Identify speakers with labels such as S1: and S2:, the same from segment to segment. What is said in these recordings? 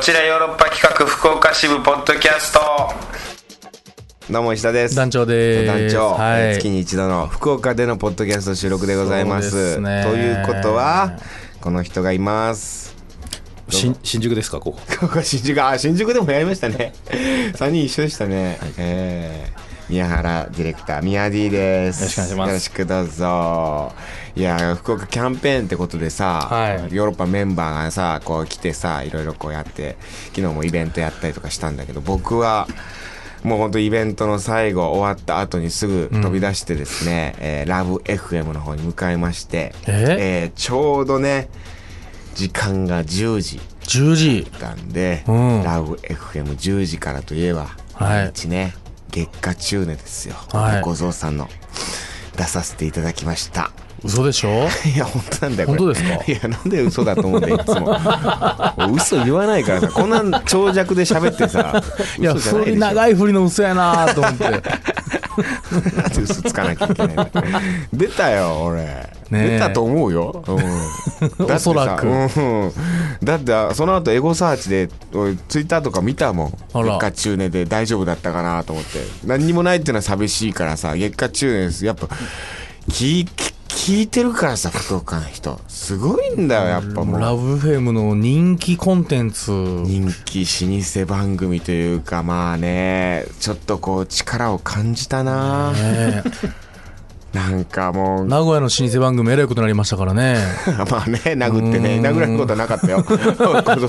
S1: ちらヨーロッパ企画福岡支部ポッドキャスト
S2: どうも石田です
S3: 団長で
S2: 団
S3: ーす。
S2: 長、
S3: はい。
S2: 月に一度の福岡でのポッドキャスト収録でございます
S3: そうですね
S2: ということはこの人がいます
S4: 新新宿ですかここ
S2: ここ新宿あ新宿でもやりましたね3人一緒でしたね、えー宮原ディレクター宮 D です
S3: よろしくお願いします
S2: よろしくどうぞいや福岡キャンペーンってことでさ、
S3: はい
S2: ヨーロッパメンバーがさこう来てさいろいろこうやって昨日もイベントやったりとかしたんだけど僕はもうほんとイベントの最後終わった後にすぐ飛び出してですね、えーラブ f m の方に向かいまして、
S3: え
S2: ーちょうどね時間が10時
S3: 10時。
S2: ったんで、
S3: うん
S2: ラブ f m 1 0時からといえば、
S3: はい
S2: 毎日ね月下中年ですよ、
S3: はい
S2: ご蔵さんの出させていただきました
S3: 嘘でしょ
S2: いや本当なんだよこれ
S3: 本当です
S2: かいやなんで嘘だと思うんだよい つももう嘘言わないからさこんな長尺で喋ってさ
S3: いや、
S2: 嘘じゃな
S3: そ
S2: いで
S3: れ
S2: しょ
S3: 長い振りの嘘やなーと思 って。
S2: なんで嘘つかなきゃいけないの出たよ俺、
S3: ねえ
S2: 出たと思うよ、うん、だってさ
S3: おそらく
S2: うんだってあその後エゴサーチで俺ツイッターとか見たもん
S3: あ
S2: 月
S3: ら
S2: 下中年で大丈夫だったかなと思って何にもないっていうのは寂しいからさ月下中年ですやっぱ聞い聞いてるからさ福岡の人すごいんだよやっぱもう
S3: ラブフェムの人気コンテンツ。
S2: 人気老舗番組というかまあねちょっとこう力を感じたな、
S3: ええ
S2: なんかもう
S3: 名古屋の老舗番組えらいことになりましたか らね。
S2: まあね、殴ってね、
S3: うーん
S2: 殴られることはなかった よ。小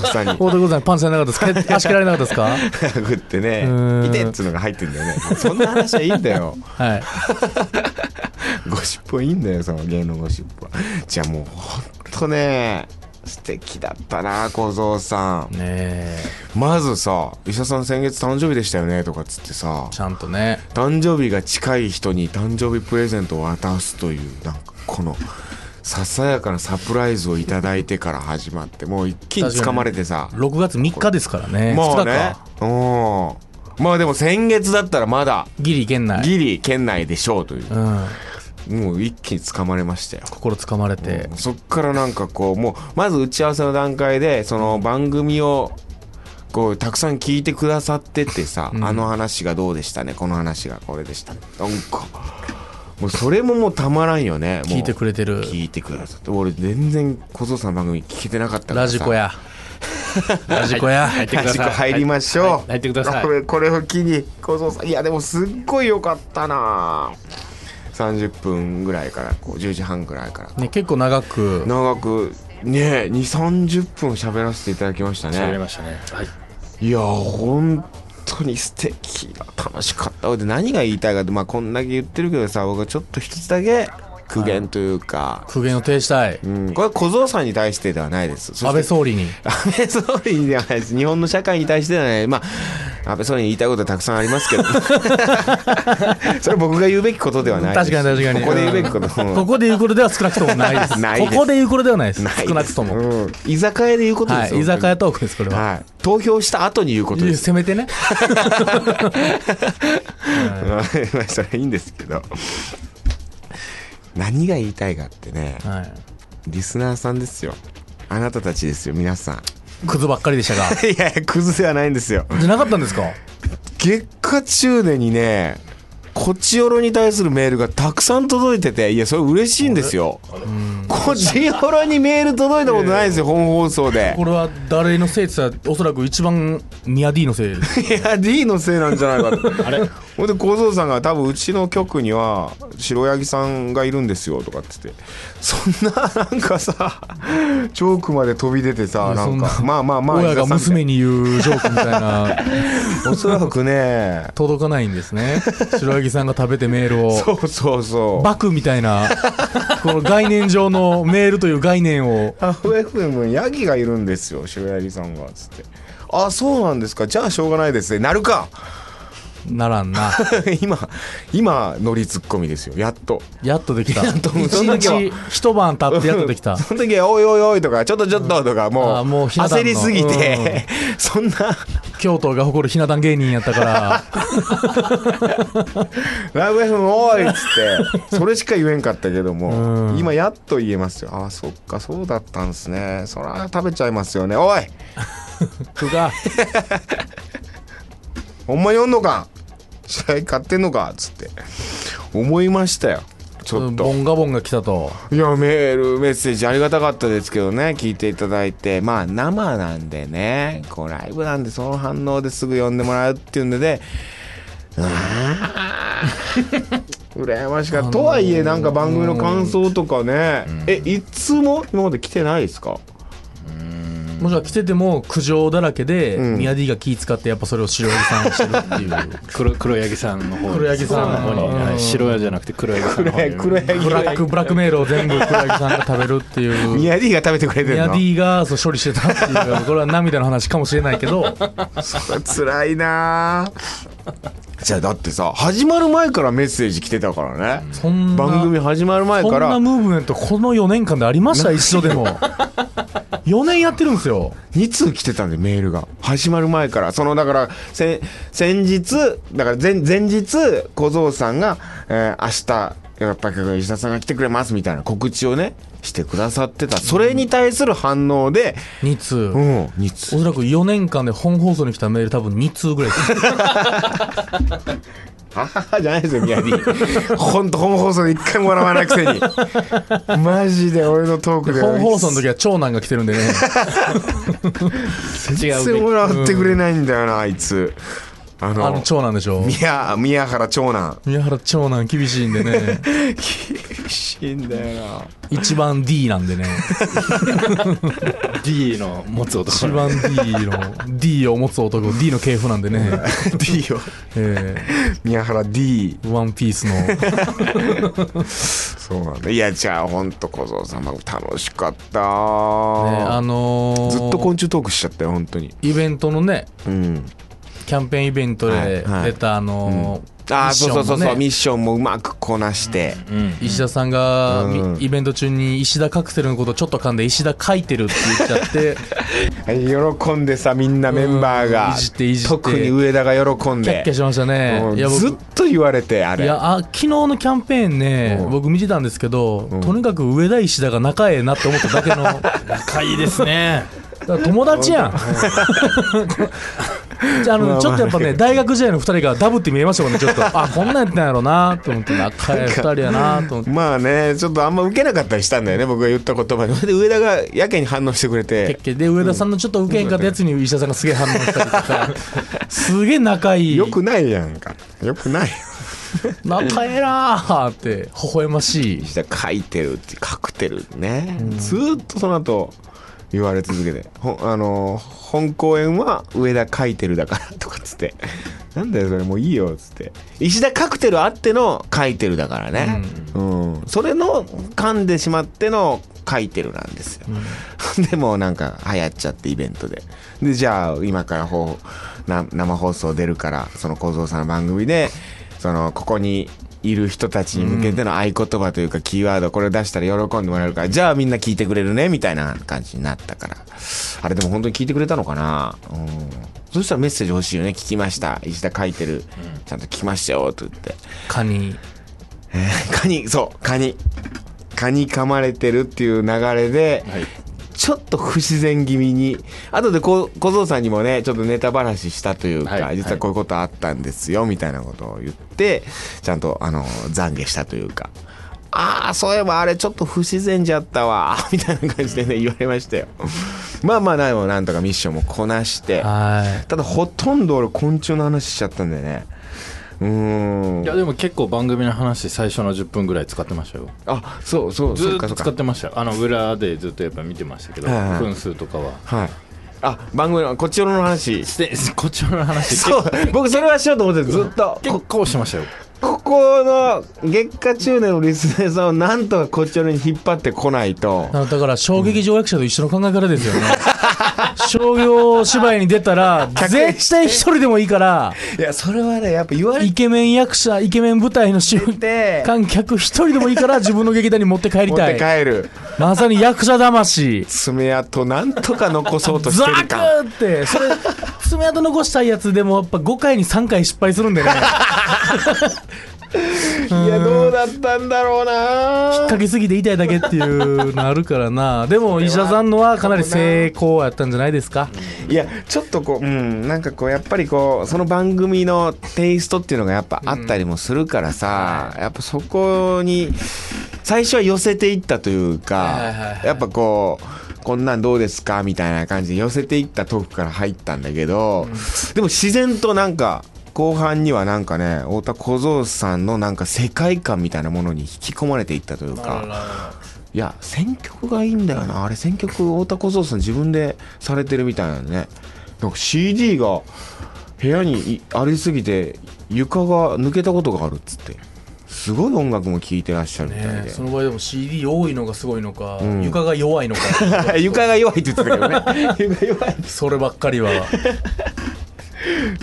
S2: 僧さんに。
S3: おでございます。パンツやらなかったですか け足蹴られなかったですか
S2: 殴ってね
S3: うー、ん
S2: いてっつうのが入ってんだよね。そんな話はいいんだよ。
S3: はい。
S2: ゴシップはいいんだよ、その芸能ゴシップは。じゃあもう、ほんとね、素敵だったな、小僧さん。
S3: ねえ。
S2: まずさ、医者さん先月誕生日でしたよね、とかっつってさ、
S3: ちゃんとね。
S2: 誕生日が近い人に誕生日プレゼントを渡すという、なんかこの、ささやかなサプライズをいただいてから始まって、もう一気に掴まれてさ。
S3: 6月3日ですからね。
S2: もう
S3: 2日
S2: ね
S3: か。。
S2: うん。まあでも先月だったらまだ、
S3: ギリいけんない。
S2: ギリ県内でしょうというう。
S3: ん。
S2: もう一気に掴まれましたよ。
S3: 心掴まれて。
S2: そっからなんかこう、もう、まず打ち合わせの段階で、その番組を、こう、たくさん聞いてくださっててさ、あの話がどうでしたね、この話がこれでした。なんか、もうそれももうたまらんよね。もう
S3: 聞いてくれてる。
S2: 聞いてくださって。俺全然小僧さんの番組聞けてなかったから
S3: ラ
S2: さ。
S3: ジコや。ラジコや。
S4: 入ってください
S2: 端っこ 入りましょう、
S4: はい入ってください
S2: これこれを機に小僧さんいやでもすっごい良かったな30分ぐらいからこう10時半ぐらいから
S3: ね、結構長く。
S2: 長くねえ2 3 0分喋らせていただきました
S4: 喋り
S2: ね
S4: ましたねはい
S2: いや本当に素敵な楽しかったで何が言いたいかって、まあ、こんだけ言ってるけどさ僕はちょっと一つだけ苦言というか、
S3: 苦言を呈したい。
S2: うん、これは小僧さんに対してではないですそして
S3: 安倍総理に。
S2: 安倍総理ではないです。日本の社会に対してではない。まあ、安倍総理に言いたいことはたくさんあります けど。それは僕が言うべきことではないです。
S3: 確かに確かに。
S2: ここで言うべきこと。
S3: うんここで言うことでは少なくともないです。
S2: ないです
S3: ここで言うことではないです。
S2: ないです
S3: 少なくとも。
S2: うん居酒屋で言うことで
S3: は
S2: すよ。
S3: い。居酒屋トークです、これは。
S2: はい。投票した後に言うこと
S3: い
S2: で
S3: や
S2: す。
S3: せめてね。
S2: まあ、それはいいん ですけど。何が言いたいかってね、
S3: はい。
S2: リスナーさんですよ。あなたたちですよ、皆さん。
S3: クズばっかりでしたが。
S2: いやいや、クズではないんですよ。
S3: じゃなかったんですか
S2: 月下中年にねこちよろに対するメールがたくさん届いてていやそれ嬉しいんですよこちよろにメール届いたことないですよ本放送で
S3: これは誰のせいって言ったら、おそらく一番ミヤ D のせいです。
S2: いや D のせいなんじゃないかと
S4: あれ
S2: ほんで小僧さんが多分うちの局には白柳さんがいるんですよとかって言ってそんななんかさチョークまで飛び出てさ
S3: いや
S2: なん
S3: そ
S2: か
S3: んな
S2: まあまあ まあ
S3: 親が
S2: 伊沢さんみ
S3: 娘に言うジョークみたいな、
S2: たいなおそらくね
S3: 届かないんですね。白柳さんが食べてメール を。
S2: そうそうそう
S3: バクみたいな、この概念上のメールという概念を。
S2: ハーフ FM ヤギがいるんですよ白柳さんがつって「あそうなんですかじゃあしょうがないですねなるか!
S3: ならんな。」
S2: 今今ノリツッコミですよやっと
S3: やっとできた。一
S2: もうそんだけは
S3: 日一晩経ってやっとでき た。
S2: その時は「おいおいおい」とか「ちょっとちょっと」とかも
S3: あ
S2: う
S3: ーもうひな壇
S2: 焦
S3: の
S2: りすぎて そんな
S3: 京都が誇るひな壇芸人やっ たから、
S2: 「ラブ FM おい!」っつっ てそれしか言えんかったけども今やっと言えますよあーそっかそうだったんですねそら食べちゃいますよねおい
S3: とか
S2: ほんまにおんのか試合買ってんのかつって思いましたよちょっ
S3: ボ
S2: と
S3: ンガボンが来たと
S2: いやメールメッセージありがたかったですけどね聞いていただいてまあ生なんでねこうライブなんでその反応ですぐ呼んでもらうっていうんでねうわ ー羨ましかったとはいえなんか番組の感想とかねえいつも今まで来てないですか
S3: もしくは来てても苦情だらけで、
S2: ん
S3: 宮 D が気使ってやっぱそれを白柳さんしてるっていう
S4: 黒黒柳さんの方
S3: 黒柳さんの方に
S4: そうはい
S3: うん
S4: 白柳じゃなくて黒柳さんの方に
S2: 黒 柳
S3: ブラックブラックメールを全部黒柳さんが食べるっていう
S2: ミヤディが食べてくれてる
S3: 宮
S2: の
S3: D がそう処理してたって いうこれは涙の話かもしれないけど
S2: 辛いなじゃあだってさ始まる前からメッセージ来てたからね、
S3: そんな
S2: 番組始まる前か
S3: こ
S2: ら
S3: んなムーブメントこの4年間であ りました一度でも4年やってるんですよ
S2: 2通来てたんでメールが始まる前からそのだからせ先日だから前前日小僧さんが、えー明日やっぱり石田さんが来てくれますみたいな告知をねしてくださってたそれに対する反応で
S3: 2通、
S2: うん2通
S3: おそらく4年間で本放送に来たメール多分2通ぐらいです
S2: あははじゃないですよ、ミヤディ。ほんと、本放送で一回も笑わないくせに。マジで俺のトークで。
S3: 本放送の時は長男が来てるんでね
S4: 違
S2: 全然
S4: う
S2: 笑ってくれないんだよな、あいつ。あ
S3: あの
S2: の、
S3: 長男でしょ
S2: 宮、宮原長男。
S3: 宮原長男厳しいんで ね
S2: 厳しいんだよな。
S3: 一番 D なんでね
S4: D の持つ
S3: 一
S4: 男
S3: 番 D の D を持つ男 D の系譜なんでね
S2: D を。
S3: え
S2: 宮原 D。
S3: ーワンピースの
S2: そうなんだ。いや、じゃあ、ほんと、小僧様、楽しかった。
S3: ね、あのー
S2: ずっと昆虫トークしちゃったよ、本当に。
S3: イベントのね
S2: うん。
S3: キャンペーンイベント
S2: は
S3: で
S2: いはい
S3: 出たあの
S2: あ
S3: ーミ
S2: あ、
S3: ッシ
S2: そ
S3: ョ
S2: う
S3: ン
S2: そうそ
S3: も
S2: うそう、
S3: ね
S2: ミッションもうまくこなして。
S4: うん
S3: 石田さんが、
S2: うん
S3: イベント中に石田カクテルのことちょっと噛んで石田書いてるって言っちゃって
S2: 喜んでさみんなメンバーが、
S3: うんいじっていじって
S2: 特に上田が喜ん
S3: キャッキャ
S2: で
S3: しましたね、
S2: うん
S3: いや僕
S2: ずっと言われてあ
S3: い
S2: れ
S3: やあ昨日のキャンペーンね、
S2: うん
S3: 僕見てたんですけど、とにかく上田石田が仲ええなって思っただけのだか
S4: 仲いいで すね
S3: ら友達やん じゃああの、
S2: まあまあ
S3: ちょっとやっぱね大学時代の2人がダブって見えましたもんねちょっとあこんなんやったんやろうなと思って仲ええ2人やなと思って
S2: まあねちょっとあんま受けなかったりしたんだよね僕が言った言葉に で上田がやけに反応してくれ
S3: 結
S2: て
S3: 局で上田さんのちょっと受けへんかったやつに石田さんがすげえ反応したりとかすげえ仲いい
S2: よくないやんかよくないよ
S3: 仲ええなーって微笑ましい
S2: じゃ書いてるってカクテルね、ずーっとその後言われ続けてほあのー本公演は上田書いてるだからとかっつってなんだよそれもういいよっつって石田カクテルあっての書いてるだからね、うんそれの噛んでしまっての書いてるなんですよ、 でもなんか流行っちゃってイベントででじゃあ今からほうな生放送出るからその小僧さんの番組でそのここにいる人たちに向けての合言葉というかキーワードこれ出したら喜んでもらえるからじゃあみんな聞いてくれるねみたいな感じになったからあれでも本当に聞いてくれたのかなうんそしたらメッセージ欲しいよね聞きました石田書いてるちゃんと聞きましたよと言って
S3: カニ
S2: カニそうカニカニ噛まれてるっていう流れで、
S4: はい
S2: ちょっと不自然気味に後でこ小僧さんにもねちょっとネタ話したというか、
S4: はい
S2: 実はこういうことあったんですよみたいなことを言ってちゃんとあの懺悔したというか。ああそういえばあれちょっと不自然じゃったわ みたいな感じでね言われましたよまあまあでもなんとかミッションもこなして
S3: は
S2: ただほとんど俺昆虫の話しちゃったんだよねうーん
S4: いやでも結構番組の話最初の10分ぐらい使ってましたよ
S2: あそうそう
S4: ず
S2: そ
S4: ー
S2: うか
S4: っ
S2: そ
S4: と
S2: うか
S4: 使ってましたよあの裏でずっとやっぱ見てましたけど
S2: はいはい
S4: 分数とかは
S2: はい。あ、番組のこっちの 話。
S4: してこっちの話
S2: そう、 僕それはしようと思ってるずっと。
S4: 結構してましたよ
S2: ここの月下中年のリスナーさんをなんとかこっちのに引っ張ってこないと
S3: い。なだから衝撃条約者と一緒の考え方ですよね 商業芝居に出たら絶対一人でもいいから
S2: いや、それはね、やっぱ言わ
S3: イケメン役者イケメン舞台の集
S2: て
S3: 観客一人でもい いから自分の劇団に持って帰り
S2: 持ったて
S3: い
S2: 帰る。
S3: まさに役者魂
S2: 爪痕なんとか残そうとし
S3: ザ
S2: てるか。
S3: クってそれ爪痕残したいやつでもやっぱ5回に3回失敗す るんでね
S2: いや、どうだったんだろうな
S3: かけすぎて痛いだけっていうのあるからなでも石田さんのはかなり成功考やったんじゃないですか、
S2: いやちょっとこううんなんかこうやっぱりこうその番組のテイストっていうのがやっぱあったりもするからさ、やっぱそこに最初は寄せていったというか、
S3: いはいはい
S2: やっぱこうこんなんどうですかみたいな感じで寄せていったトークから入ったんだけど、でも自然となんか後半にはなんかね太田小僧さんのなんか世界観みたいなものに引き込まれていったというか。いや選曲がいいんだよなあれ選曲太田小僧さん自分でされてるみたいなのねなんか CD が部屋にいありすぎて床が抜けたことがあるっつってすごい音楽も聴いてらっしゃるみたいで、
S3: ね、その場合でも CD 多いのがすごいのか、
S2: ん
S3: 床が弱いの か
S2: 床が弱いって言ってたけど ね床が弱い
S3: そればっかりは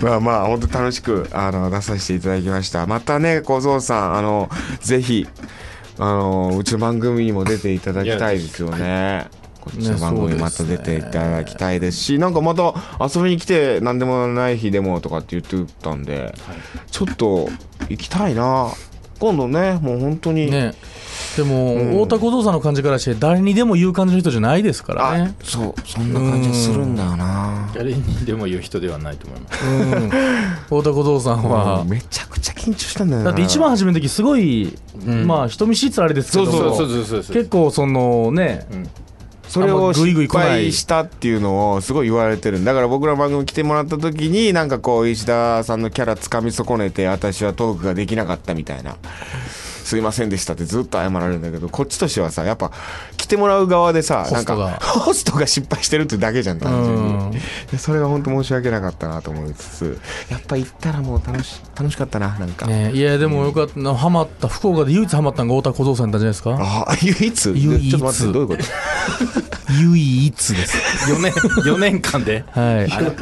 S2: まあまあ本当楽しくあの出させていただきましたまたね小僧さんあのぜひあのうちの番組にも出ていただきたいですよねこっちの番組また出ていただきたいですしなんかまた遊びに来て何でもない日でもとかって言ってたんで、ちょっと行きたいな今度ねもう本当に、
S3: ねでも、太田小僧さんの感じからして誰にでも言う感じの人じゃないですから
S2: あ
S3: ね
S2: そうそんな感じがするんだよな
S4: 誰にでも言う人ではないと思います。
S3: うん太田小僧さんは
S2: うんめちゃくちゃ緊張したんだよな
S3: だって一番初めの時すごい、
S4: ん
S3: まあ人見知りって言ったらあれですけども
S4: そうそうそうそうそう。
S3: 結構そのね、
S2: それを
S3: あんまグイグイ
S2: 失
S3: 来ない
S2: 敗したっていうのをすごい言われてるんだから僕らの番組来てもらった時になんかこう石田さんのキャラつかみ損ねて私はトークができなかったみたいなすいませんでしたってずっと謝られるんだけどこっちとしてはさやっぱ来てもらう側でさ
S3: ホストが
S2: なんかホストが失敗してるってだけじゃん単純
S3: う
S2: にでそれが本当申し訳なかったなと思いつつやっぱ行ったらもう楽し楽しかったななんか、
S3: ねいやでもよかったなハマった福岡で唯一ハマったのが太田小僧さんだったんじゃないで
S2: あ唯一
S3: 唯一
S2: ちょっと待ってどういうこと
S3: すか唯一です。
S4: 4年、4年間で
S3: はい
S4: 番
S3: 太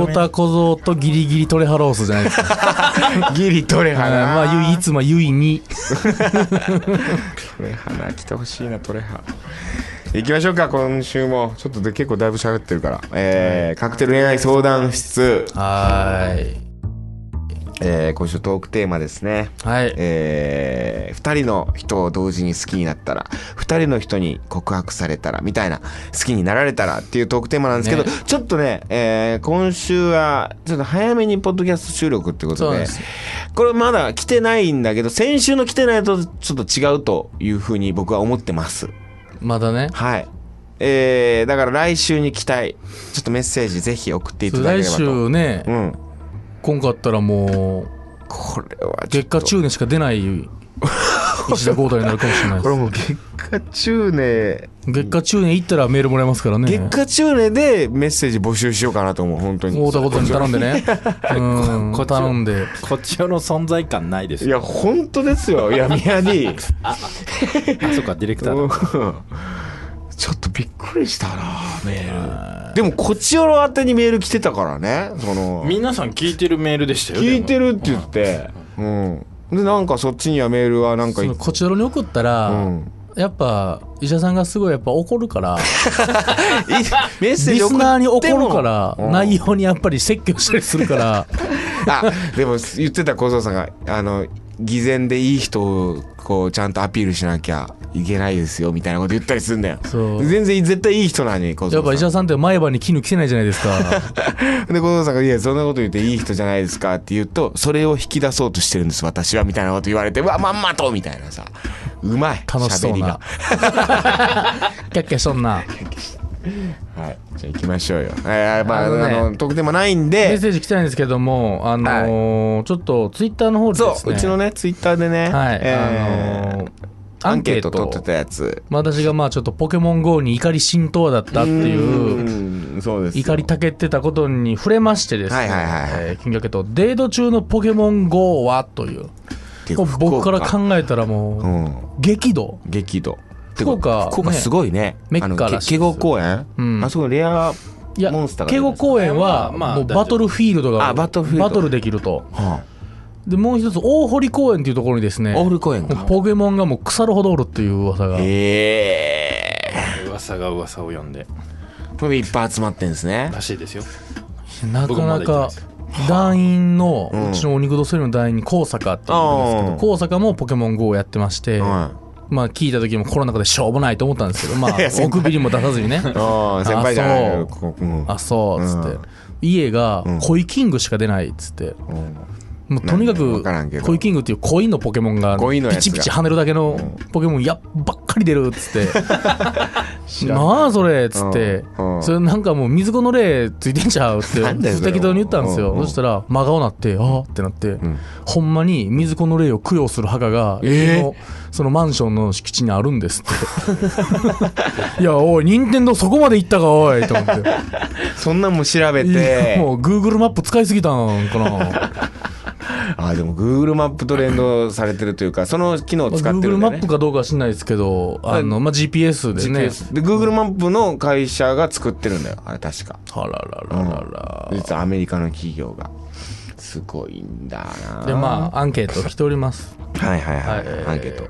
S4: 組
S3: 田小僧とギリギリトレハロースじゃないですか
S2: ギリトレ
S3: は
S2: ハ
S3: い
S2: な
S3: まあ唯一まあ唯に
S2: トレハな来てほしいなトレハ行きましょうか今週もちょっとで結構だいぶ喋ってるから、えー、カクテル恋愛相談室、
S3: はーい
S2: えー、今週トークテーマですね
S3: はい
S2: えー、2人の人を同時に好きになったら2人の人に告白されたらみたいな好きになられたらっていうトークテーマなんですけど、
S3: ね
S2: ちょっとね、えー今週はちょっと早めにポッドキャスト収録ってこと
S3: そうなん
S2: で
S3: です
S2: これまだ来てないんだけど先週の来てないとちょっと違うというふうに僕は思ってます
S3: まだね
S2: はいえー、だから来週に期待ちょっとメッセージぜひ送っていただけれ
S3: 来
S2: ばと
S3: 週ね
S2: うん
S3: 今回あったらもう
S2: これはちょっ
S3: 月下
S2: と
S3: 中年しか 出ない石田豪太になるかもしれない
S2: こ
S3: で
S2: れ
S3: す
S2: もう月下中ね
S3: 月下中年行ったらメールもらえますからね
S2: 月下中年でメッセージ募集しようかなと思う本当に
S3: 太田小僧に頼んでねうん
S4: こ
S3: 頼んで
S4: こっちの存在感ないです
S2: い
S4: よ。
S2: や本当ですよ いや宮 D
S4: あ、そうか、ディレクタ
S2: う
S4: ー
S2: ん
S4: だ。
S2: ちょっとびっくりしたなメールでもこっちよろ宛てにメール来てたからねその
S4: 皆さん聞いてるメールでしたよ。
S2: 聞いて
S4: る。
S2: るって言ってうんでなんかそっちにはメールはなんか
S3: そ のこちらに送ったら、
S2: うん
S3: やっぱ医者さんがすごいやっぱ怒るから
S2: メッセージ
S3: リス
S2: 送っ
S3: ナーに怒
S2: ても
S3: るから
S2: うん
S3: 内容にやっぱり説教したりするから
S2: あでも言ってた小僧さんがあの偽善でいい人をこうちゃんとアピールしなきゃいけないですよみたいなこと言ったりするんだよ
S3: そう
S2: 全然絶対いい人なのに小
S3: やっぱ
S2: 僧
S3: 医
S2: さん
S3: 者さんって前歯に絹着せないじゃな いですか
S2: で小僧さんが「いやそんなこと言っていい人じゃないですか」って言うとそれを引き出そうとしてるんです私はみたいなこと言われて「うわまんまと」みたいなさうまい
S3: 楽しそう
S2: 喋り が
S3: なキャッキャしとんな
S2: はいじゃあ行きましょうよえー、まああ
S3: あの
S2: の,、
S3: ね
S2: 特典もないん
S3: メッ
S2: で
S3: セージ来てないんですけどもあのーちょっとツイッターの方でで
S2: そ
S3: す
S2: う
S3: ね
S2: うちのねツイッターでね
S3: はい、
S2: えー
S3: あのー
S2: ア
S3: ア
S2: ン
S3: ン
S2: ケー
S3: ケー
S2: ト
S3: ト
S2: 取ってたやつ
S3: まあ私がまあちょっとポケモン GO に怒り浸透だったっていう
S2: うんそうですよ
S3: 怒りたけてたことに触れましてです
S2: はい
S3: ね
S2: はいはいはい
S3: えー金魚家とデート中のポケモン GO はという
S2: ていう
S3: こ
S2: か
S3: う僕から
S2: 福岡
S3: 考えたら
S2: う
S3: も
S2: ん
S3: う激怒
S2: 激怒
S3: 福岡
S2: 福岡
S3: ね
S2: すごいね
S3: メッカ
S2: あの
S3: らしい
S2: け
S3: です
S2: 敬語公園、
S3: うん
S2: あそこレア
S3: いや
S2: モンスターが出
S3: 慶
S2: る
S3: 吾公園は
S4: まあまあ
S3: もうバトルフィールドが
S2: あバトルフィールド
S3: できると
S2: は
S3: でもう一つ大堀公園っていうところにですね
S2: あ、オール公園か
S3: ポケモンがもう腐るほどおるっていう噂が
S2: ええ
S4: 噂が噂を呼んで。
S2: ー、これいっぱい集まってんですね
S4: らしいですよ。
S3: な
S4: 僕
S3: か
S4: もま
S3: な
S4: だ行ってな
S3: か
S4: いです
S3: 団員の
S2: うん
S3: うちのお肉どそりの団員に高坂っていうんですけ
S2: うん
S3: ど高坂もポケモン GO をやってまして
S2: う
S3: まあ聞いた時もコロナ禍でしょうもないと思ったんですけど、まあ奥ビりも出さずにね。
S2: ああ先輩じゃない
S3: あ
S2: よ
S3: そう
S2: ここうん
S3: あ、そう、つって。
S2: うん
S3: 家が恋キングしか出ないっつって。もうとに
S2: な
S3: か
S2: んでわ
S3: く
S2: からんけど
S3: 恋キングっていう恋のポケモンが
S2: 恋のやつ
S3: ピ
S2: が
S3: チピチ跳ねるだけのポケモンやばっかり出るっつって「なあそれ」っつって
S2: うんうん
S3: それなんかもう水子の霊ついてんちゃうっ て
S2: なんだよそれ
S3: 適当に言ったんです
S2: う
S3: よ
S2: んうん
S3: そしたら真顔なってああってなってほんまに水子の霊を供養する墓が
S2: えー
S3: そのそのマンションの敷地にあるんですっ ていやおい任天堂そこまで行ったかおいと思って。
S2: そんなんも調べ
S3: いや
S2: て
S3: もう Google マップ使いすぎたんかな
S2: ああでも Google マップと連動されてるというかその機能を 使ってる
S3: Google
S2: ん
S3: マ
S2: だ
S3: ッ
S2: ね
S3: プかどうかは知んないですけどあの、まあ、GPS でね
S2: GPS で Google マップの会社が作ってるんだよあれ確か
S3: あららららら、
S2: 実はアメリカの企業がすごいんだな
S3: でまあアンケート来ております
S2: はいはいはい、
S3: はい
S2: アンケート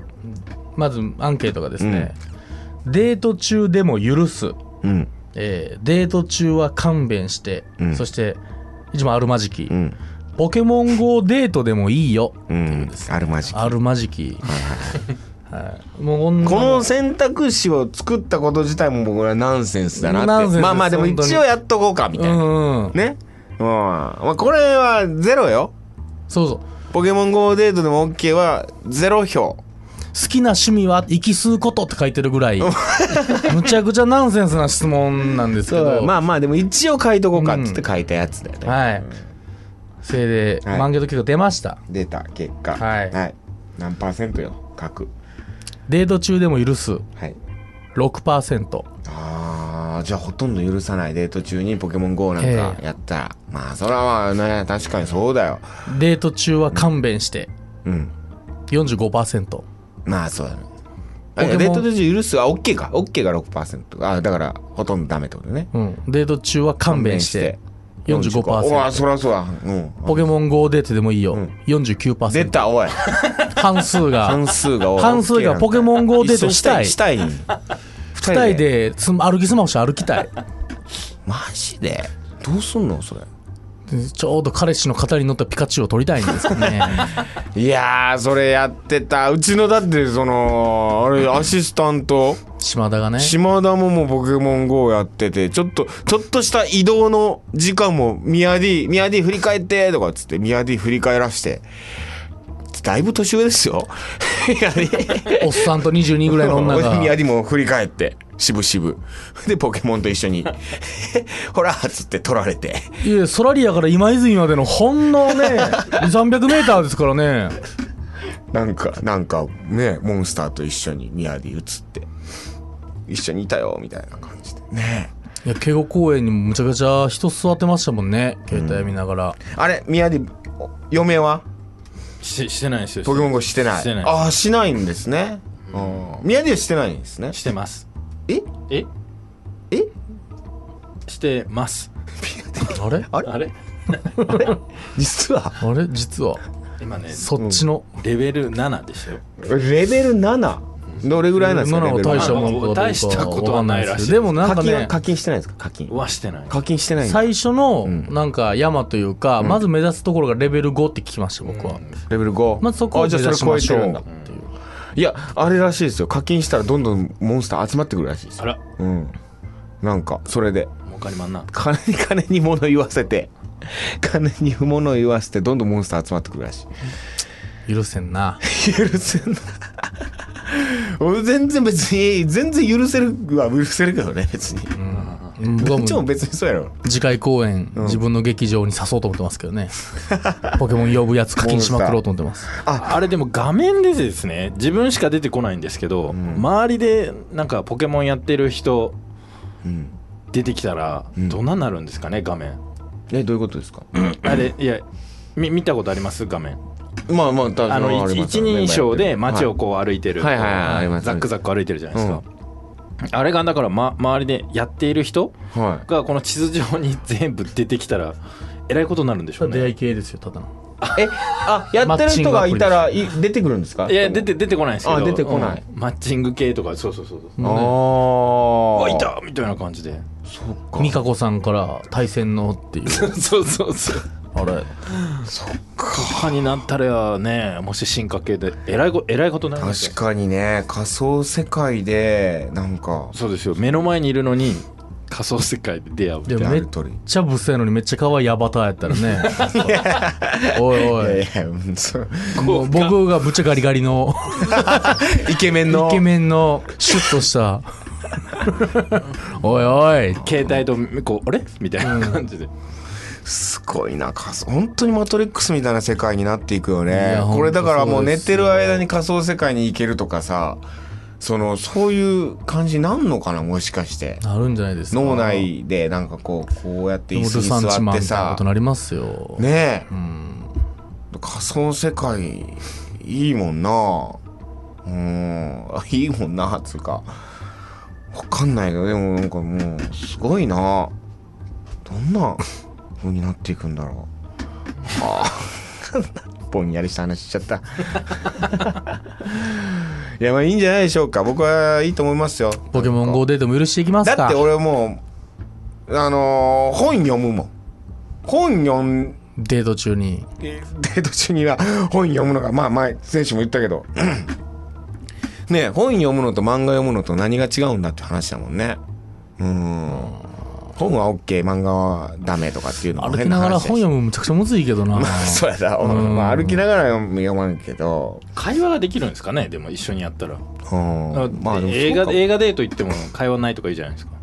S3: まずアンケートがですね、デート中でも許す、
S2: うん
S3: えーデート中は勘弁して、
S2: ん
S3: そして一番あるまじき、
S2: うん
S3: ポケモン GO デートでもいいよ
S2: うんあるまじき
S3: あるまじき、はい、もうこんな
S2: この選択肢を作ったこと自体も僕はナンセンスだな
S3: ナンセ
S2: っ
S3: ンスで
S2: て
S3: す
S2: まあまあでも
S3: 本当に
S2: 一応やっとこうかみたいな、
S3: うん、うん、
S2: ねうんまあこれはゼロよ
S3: そうそう
S2: ポケモン GO デートでも OK はゼロ票
S3: 好きな趣味は息吸うことって書いてるぐらいむちゃくちゃナンセンスな質問なんですけど
S2: まあまあでも一応書いとこうかっつって書いたやつだよね、
S3: はいそれで、
S2: はい
S3: 満月結果出ました
S2: 出た結果
S3: はい
S2: 何パーセントよ書く
S3: デート中でも許す
S2: はい
S3: 6%
S2: あーじゃあほとんど許さないデート中にポケモン GO なん
S3: え
S2: か
S3: え
S2: やったらまあそれはまあね確かにそうだよ
S3: デート中は勘弁して
S2: うん
S3: 45%
S2: まあそうだねあ
S3: ポケモン
S2: デート中許すは OK か OK が6%あだからほとんどダメってことね
S3: うんデート中は勘弁して
S2: おわ
S3: 45%
S2: そりゃそうだうん
S3: ポケモン GO デートでもいいよ、
S2: 出
S3: 49%
S2: たおい
S3: 半数が
S2: 関数が多い
S3: 関数がポケモン GO デートした
S2: 一緒
S3: い
S2: にしたい
S3: 二
S2: したい
S3: 人でスマ歩きスマホして歩きたい
S2: マジでどうすんのそれ
S3: でちょうど彼氏の肩に乗ったピカチュウを取りたいんですよ ね
S2: いやーそれやってたうちのだってそのあれアシスタント
S3: 島田がね
S2: 島田ももうポケモン GO やっててちょっとちょっとした移動の時間も「ミヤディミヤディ振り返って」とかっつってミヤディ振り返らしてだいぶ年上です よミヤディ
S3: おっさんと22ぐらいの女が
S2: ミヤディも振り返ってしぶしぶでポケモンと一緒に 「ほら」っつって取られて
S3: いやソラリアから今泉までのほんの ね 300m ですからね
S2: なんかなんかねモンスターと一緒にミヤディ映って一緒にいたよみたいな感じでねえ
S3: いや慶吾公園にもむちゃくちゃ人座ってましたもんね携帯見ながら、
S2: あれミヤディお嫁は
S4: ししてないですよ
S2: ポケモン GO してない
S4: してない
S2: ああしないんですねうん宮城はしてないんですね
S4: してます
S2: え
S4: え
S2: え
S4: してます
S3: あれ
S2: あ
S4: あ
S2: れ
S4: れ
S2: 実は
S3: あれ実は
S4: 今ね
S3: そっちの、
S4: レベル7でしたよ
S2: レベル7どれぐらいなんですか
S3: 7
S2: レ
S3: を
S2: ベル
S3: 大した
S2: 7
S3: もんかどうか
S4: 大したことはないらしい
S3: でもなん
S2: 課
S3: か
S2: 金
S3: ね
S2: は課金してないですか課金
S4: はしてない
S2: 課金してないんだ
S3: 最初のなんか山というか、まず目指すところがレベル5って聞きました僕は、
S2: レベル5
S3: まずそこを
S2: あ
S3: 目
S2: じゃあ
S3: 指し
S2: それ
S3: ま
S2: 超え
S3: してょう
S2: るんだ
S3: っていう
S2: いやあれらしいですよ課金したらどんどんモンスター集まってくるらしいです
S4: あ
S2: よ
S4: ら
S2: うんなんかそれで
S4: 儲かりまんな
S2: 金 に金に物言わせて金に物言わせてどんどんモンスター集まってくるらしい
S3: 許せん な
S2: 許せんな俺全然別に全然許せるは許せるけどね別に、
S3: 僕は
S2: こっちも
S3: もう
S2: 別にそうやろ
S3: 次回公演、自分の劇場に誘そうと思ってますけどね ポケモン呼ぶやつ課金しまくろうと思って ます
S4: あれでも画面でですね自分しか出てこないんですけど、周りでなんかポケモンやってる人出てきたらどんなになるんですかね画面、
S2: えどういうことですか
S4: あれいやみ見たことあります画面
S2: まあまあ多分
S4: あの
S2: り
S4: 一
S2: ます
S4: 一
S2: よね
S4: 人称で街を
S2: は
S4: こう歩いてる、
S2: はいはいはいはいあります
S4: ザックザック歩いてるじゃないですか、あれがだから、ま、周りでやっている人
S2: い、は
S4: がこの地図上に全部出てきたらえらいことになるんでしょう
S3: 出会
S4: ね
S3: い系ですよただの
S2: いえあやってる人がいたらい出てくるんですか
S4: いや出て出てこないんですけど
S2: あ出てこない
S4: うんマッチング系とかそうそうそうそう
S2: あ
S4: あ
S2: あ
S4: いたみたいな感じで
S2: そっか
S3: 美香子さんから対戦のっていう
S4: そうそうそうあれそっかになったらねもし進化系でえらいこえらいことになりますよ
S2: 確かにね仮想世界でなんか
S4: そうですよ目の前にいるのに仮想世界で出会うみたい
S3: で
S4: な
S3: もめっちゃぶせえのにめっちゃ可愛いアバターやったら ねおいおい
S2: いやうんそう
S3: もう僕がぶっちゃガリガリの
S2: イケメンの
S3: イケメンのシュッとした おいおい
S4: 携帯とこうあれみたいな感じで、
S2: すごいな仮想本当にマトリックスみたいな世界になっていくよ
S3: い
S2: ね
S3: や
S2: これだからもう
S3: 本当そう
S2: 寝
S3: です
S2: て
S3: よ
S2: る間に仮想世界に行けるとかさそのそういう感じなんのかなもしかして
S3: なるんじゃないですか
S2: 脳内でなんかこうこうやって
S3: ロ
S2: 椅
S3: ボ
S2: 子
S3: ルサンチ
S2: に座
S3: マ
S2: っ
S3: ン
S2: て
S3: みたいな
S2: さ
S3: ことになりますよ、
S2: ねえ
S3: うん、
S2: 仮想世界いいもんなうんいいもんなつうかわかんないけどでもなんかもうすごいなどんな風になっていくんだろうああぼんやりした話しちゃった いやまあいいんじゃないでしょうか僕はいいと思いますよ
S3: ポケモン GO ででも許していきますか
S2: だって俺もうあのー本読むもん本読ん
S3: デート中に
S2: えーデート中には 本読むのがまあ前選手も言ったけど ねえ本読むのと漫画読むのと何が違うんだって話だもんねうん本は OK 漫画はダメとかっていうのも
S3: 歩き
S2: 変
S3: ながら
S2: 話だし
S3: 本読むむちゃくちゃむずいけどな、
S2: そうやな、
S3: ん
S2: まあ、歩きながら読む読まんけど、
S4: 会話ができるんですかねでも一緒にやったら、
S2: うんまあでも
S4: 映
S2: そうか
S4: 画
S2: も
S4: 映画デート行っても会話ないとか言うじゃないですか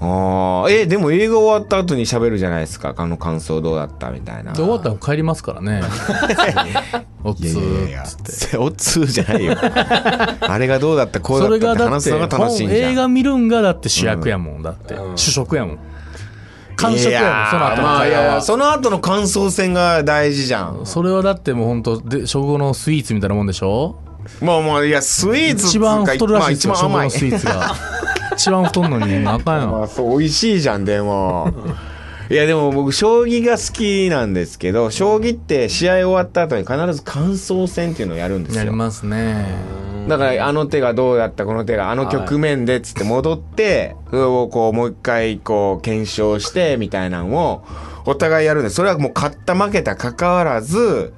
S2: あーえでも映画終わった後に喋るじゃないですかあの感想どうだったみたいな
S3: で終わったら帰りますからね
S2: いやいやい
S3: おっつー
S2: や
S3: っつって
S2: おつーじゃ ないよあれがどうだったこう
S3: そ
S2: だ
S3: れ
S2: った
S3: が
S2: って
S3: だっ
S2: 話
S3: て
S2: すのが楽しいん
S3: 本
S2: じゃん
S3: 映画見るんがだって主役やもん、だって
S4: うん
S3: 主食やもん完食やもんその後の
S2: まあい
S3: 会話
S2: やいや
S3: は
S2: その後の感想戦が大事じゃん
S3: それはだってもう本当で食後のスイーツみたいなもんでしょ
S2: まあまあいやスイーツっつ
S3: 一
S2: うか
S3: 番太るらしいですよ、
S2: まあ、一
S3: 食後
S2: 番甘い
S3: のスイーツが 一番太んのにあかん
S2: ま
S3: よ
S2: あそう美味しいじゃんでもいやでも僕将棋が好きなんですけど将棋って試合終わった後に必ず感想戦っていうのをやるんです
S3: やり
S2: よ
S3: ますね
S2: だからあの手がどうだったこの手があの局面でっつって戻って、それをこうもう一回こう検証してみたいなのをお互いやるんでそれはもう勝った負けた関わらず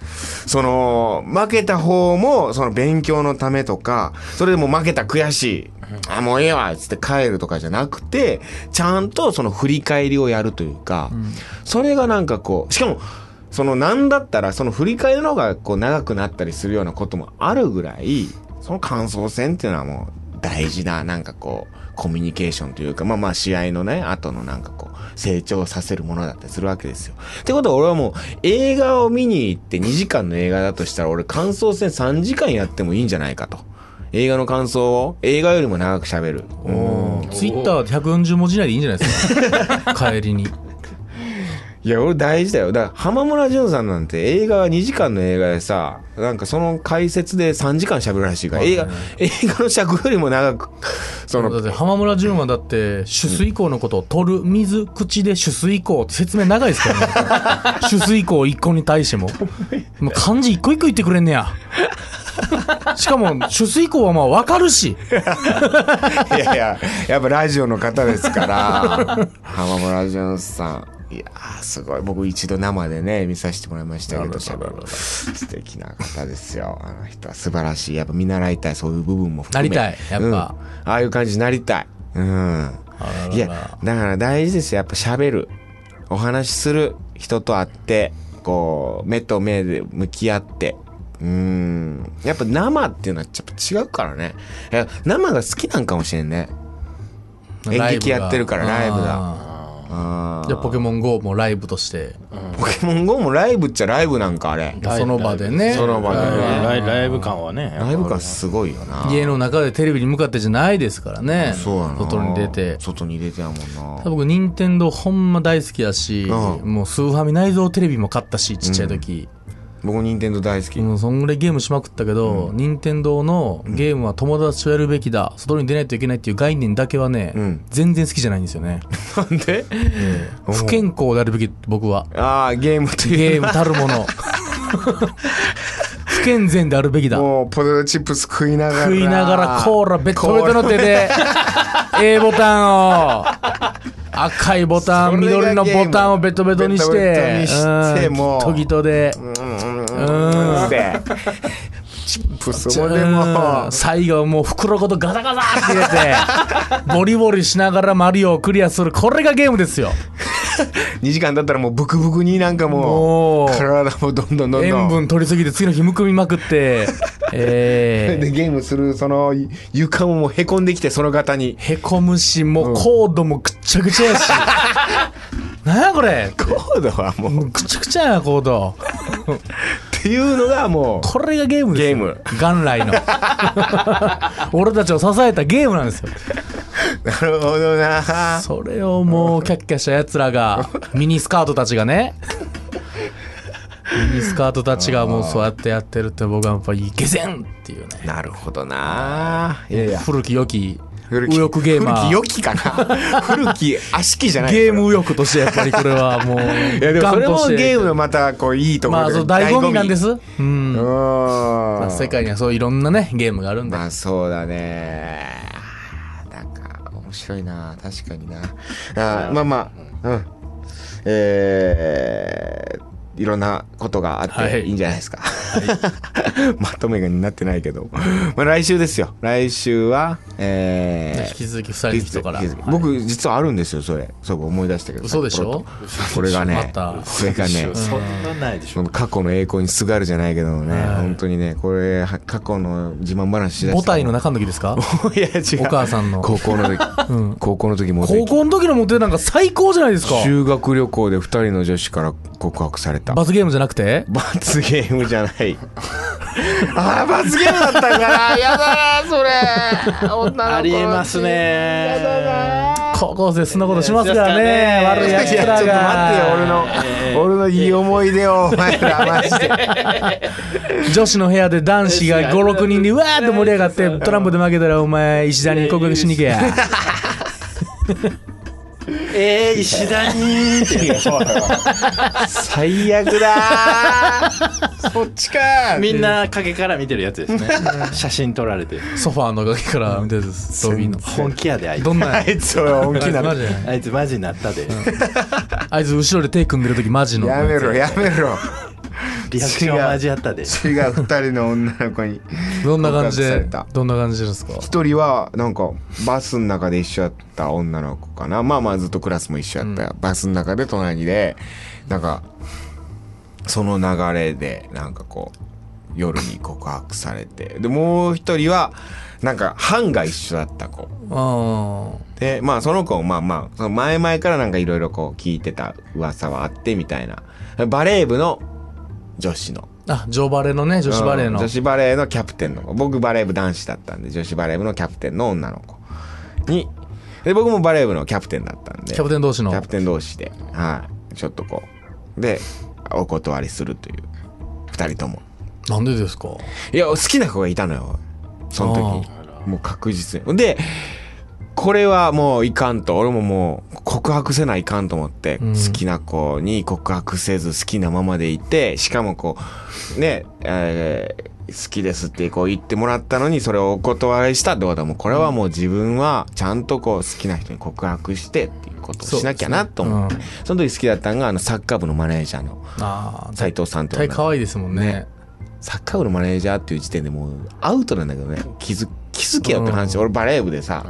S2: その負けた方もその勉強のためとかそれでもう負けた悔しいあもうええわっつって帰るとかじゃなくてちゃんとその振り返りをやるというか、それがなんかこうしかもそのなんだったらその振り返るのがこう長くなったりするようなこともあるぐらいその感想戦っていうのはもう大事ななんかこうコミュニケーションというかまあまあ試合のね後のなんかこう成長させるものだったりするわけですよ。ってことは俺はもう映画を見に行って2時間の映画だとしたら俺感想戦3時間やってもいいんじゃないかと。映画の感想を映画よりも長く喋る。
S3: ツイッター140文字以内でいいんじゃないです か帰りに
S2: いや、俺大事だよ。だから、浜村淳さんなんて映画は2時間の映画でさ、なんかその解説で3時間喋るらしいから、
S3: はい
S2: 映画、映画の尺よりも長 く、そ
S3: だっ
S2: の、
S3: て浜村淳はだって取水口のことを取る水口で取水口って説明長いです からね取水口1個に対してももう漢字1個1個言ってくれんねやしかも取水口はまあ分かるし
S2: いやいや、やっぱラジオの方です から、浜村淳さん。いやーすごい僕一度生でね見させてもらいましたけど素敵な方ですよあの人は素晴らしいやっぱ見習いたいそういう部分も含め
S3: なりたいやっぱ
S2: うんああいう感じになりたいうんいやだから大事ですよやっぱ喋るお話しする人と会ってこう目と目で向き合ってうんやっぱ生っていうのはやっぱ違うからねいや生が好きなんかもしれんね演劇やってるからライブだ
S3: だ
S2: あー
S3: じゃあポケモン GO もライブとして
S2: ポケモン GO もライブっちゃライブなんかあれ
S4: ライブ
S3: その場でね
S2: その場でね
S3: うん
S4: ライライブ感はね
S2: ライブ感すごいよな
S3: 家の中でテレビに向かってじゃないですからね
S2: そうやな
S3: 外に出て
S2: 外に出てやもんな
S3: 僕任天堂ほんま大好きやし、
S2: うん
S3: もうスーファミ内蔵テレビも買ったしちっちゃい時、
S2: 僕任天堂大好き、
S3: もうそんぐらいゲームしまくったけど、任天堂のゲームは友達とやるべきだ外に出ないといけないっていう概念だけはね、
S2: ん
S3: 全然好きじゃないんですよね
S2: なんで
S3: 不健康であるべき僕は
S2: ああゲームとい
S3: ゲー
S2: う
S3: ムたるもの 不健全であるべきだ
S2: もうポテトチップス食いながら
S3: 食いながらコーラベッドベトの
S2: コー
S3: 手で A ボタンを赤いボタ
S2: そ
S3: ン
S2: れが
S3: 緑のボタンをベトベトにし
S2: ゲーム
S3: て
S2: ベトベトにして
S3: うん
S2: もう
S3: ギトギトで
S2: うんうんでチップスもで
S3: う
S2: も
S3: ん最後もう袋ごとガタガタって入れ てボリボリしながらマリオをクリアするこれがゲームですよ
S2: 2時間経ったらもうブクブクになんかも
S3: も
S2: う
S3: う
S2: 体もどんどんどんどん
S3: 塩分取りすぎて次の日むくみまくっ て
S2: で
S3: え
S2: ゲームするそのゆ床ももうへこんできてその方に
S3: ー、へこむしもうコードもぐっちゃぐ ちゃやしなんやこれ
S2: コードはもうっ
S3: もうぐちゃぐちゃやコード
S2: ていうのがも
S3: これがゲームですよ
S2: ゲーム
S3: 元 来の俺たちを支えたゲームなんですよ
S2: うなるほどな
S3: それをもうキャッキャしたやつらがミニスカートたち がねミニスカートたちがもうそうやってやってるって僕はやっぱいけせんっていうね
S2: なるほどないやいや
S3: 古き良き
S2: 古き
S3: 右翼ゲーマー
S2: 古き良きかな古き悪きじゃない
S3: ゲーム右翼としてやっぱりこれはもう
S2: いやでもそれ
S3: 頑
S2: も
S3: として
S2: ゲームのまたこういいところ
S3: まあそう醍醐味なんですうん
S2: うん
S3: まあ世界にはそういろんなねゲームがあるんで
S2: まあそうだねなんか面白いな確かになあまあまあうんえー、いろんなことがあっ
S3: は
S2: て
S3: い
S2: いいんじゃないですか、 まとめがになってないけどまあ来週ですよ来週はえー
S3: 引き続き2人の人から
S2: 引き続き僕実はあるんですよそれそう思い出したけど
S3: 嘘でしょ
S2: これがね
S3: また
S2: これがね
S4: そんなないでし
S2: その過去の栄光にすがるじゃないけどもね、
S3: はい
S2: 本当にねこれは過去の自慢話しだ
S3: 母
S2: したら
S3: 体の中の時ですか
S2: いや違う
S3: お母さんの
S2: 高校の時、高校の時もで
S3: 高校の時のモテなんか最高じゃないですか
S2: 修学旅行で二人の女子から告白された
S3: 罰ゲームじゃなくて
S2: 罰ゲームじゃない ああ罰ゲームだったんかなやだなそれ女の子
S4: ありえますね
S2: やだな
S3: 高校生そんなことしますからね悪い
S2: いや
S3: や
S2: い
S3: つ
S2: や
S3: ら
S2: ちょ
S3: が
S2: っと待ってよ俺の、俺のいい思い出 をお前らマジで
S3: 女子の部屋で男子が56人でうわーって盛り上がってトランプで負けたらお前石田に告白しに行けや
S4: えー、石田に
S2: 最悪 だーそっちかー
S4: みんな影から見てるやつですね写真撮られて
S3: ソファーの崖から見てる飛びの
S4: 本気やであいつ
S3: どんな
S2: あ
S3: や
S2: いつは本気なの
S3: マジで
S4: あいつマジになったで
S3: あいつ後ろで手組んでる時マジの
S2: やめろやめ ろ
S4: リアクション交わったで
S2: 違う二人の女の子に
S3: どんな感じ
S2: 告白され
S3: で
S2: た
S3: どんな感じですか
S2: 一人はなんかバスの中で一緒やった女の子かなまあまあずっとクラスも一緒やったよ、バスの中で隣でなんかその流れでなんかこう夜に告白されてでもう一人はなんか班が一緒だった子
S3: あ
S2: でまあその子もまあまあその前々からなんかいろいろこう聞いてた噂はあってみたいなバレー部の女子の
S3: ーあジョバレのね女子バレー
S2: うん
S3: の
S2: 女子バレーのキャプテンの子僕バレー部男子だったんで女子バレー部のキャプテンの女の子にで僕もバレー部のキャプテンだったんで
S3: キャプテン同士の
S2: キャプテン同士ではいちょっとこうでお断りするという二人とも
S3: なんでですか
S2: いや好きな子がいたのよその時にもう確実にでこれはもういかんと俺ももう告白せないかんと思って、
S3: うん
S2: 好きな子に告白せず好きなままでいてしかもこうね、えー好きですってこう言ってもらったのにそれをお断りしたってことはもうこれはもう自分はちゃんとこう好きな人に告白してっていうことをしなきゃなと思ってそ,、の時好きだったのがあのサッカー部のマネージャーの
S3: ああ
S2: 斉藤さんと
S3: 絶対可愛いですもんね
S2: ねサッカー部のマネージャーっていう時点でもうアウトなんだけどね気づ気づけよって話、
S3: うん
S2: 俺バレー部でさ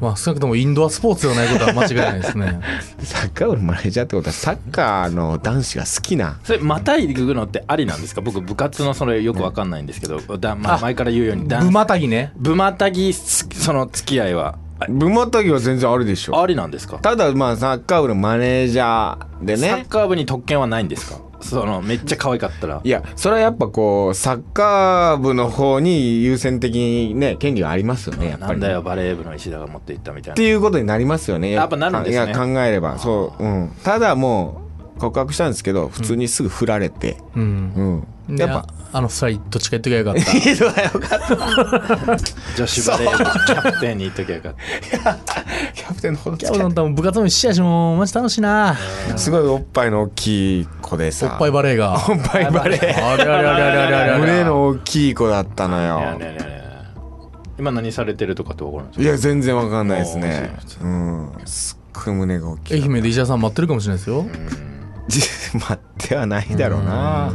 S3: まあ少なくともインドアスポーツではないことは間違いないで すね
S2: サッカー部のマネージャーってことはサッカーの男子が好きな
S4: それまたいくのってありなんですか僕部活のそれよくわかんないんですけど、だま
S3: あ
S4: あ、前から言うように
S3: ぶまたぎね
S4: ぶまたぎすその付き合いはあ
S2: 部またぎは全然あるでしょ
S4: ありなんですか
S2: ただまあサッカー部のマネージャーで
S4: サ
S2: ね
S4: ッカー部に特権はないんですかそのめっちゃ可愛かったら
S2: いやそれはやっぱこうサッカー部の方に優先的にね権利はありますよねやっぱ
S4: な
S2: り
S4: ん
S2: ね、
S4: だよバレー部の石田が持っていったみたい
S2: って
S4: な
S2: いうことになりますよね
S4: やっぱなるんですね
S2: いや考えればそううんただもう告白したんですけど普通にすぐ振られて
S3: うん
S2: うん、やっぱ
S3: いあの二人どっちか言っときゃよ かった
S4: 女子バレー部キャプテンに言っときゃよ かった
S2: キャプテンの方
S3: キャブの多分部活も一緒やしもうマジ楽しいな
S2: すごいおっぱいの大きい子で
S3: お
S2: さ
S3: っぱいバレーが
S2: おっぱいバレー
S3: あれあれあれあれあれあ れ
S2: 胸の大きい子だったの
S4: いや
S2: よ
S4: ねねね今何されてるとかって分かるんです
S2: いや全然わかんないです
S4: 面白い
S2: ね
S4: 普通
S2: うんすっく胸が大きい
S3: 愛媛で石田さん待ってるかもしれないですよ
S2: 待ってはないだろうな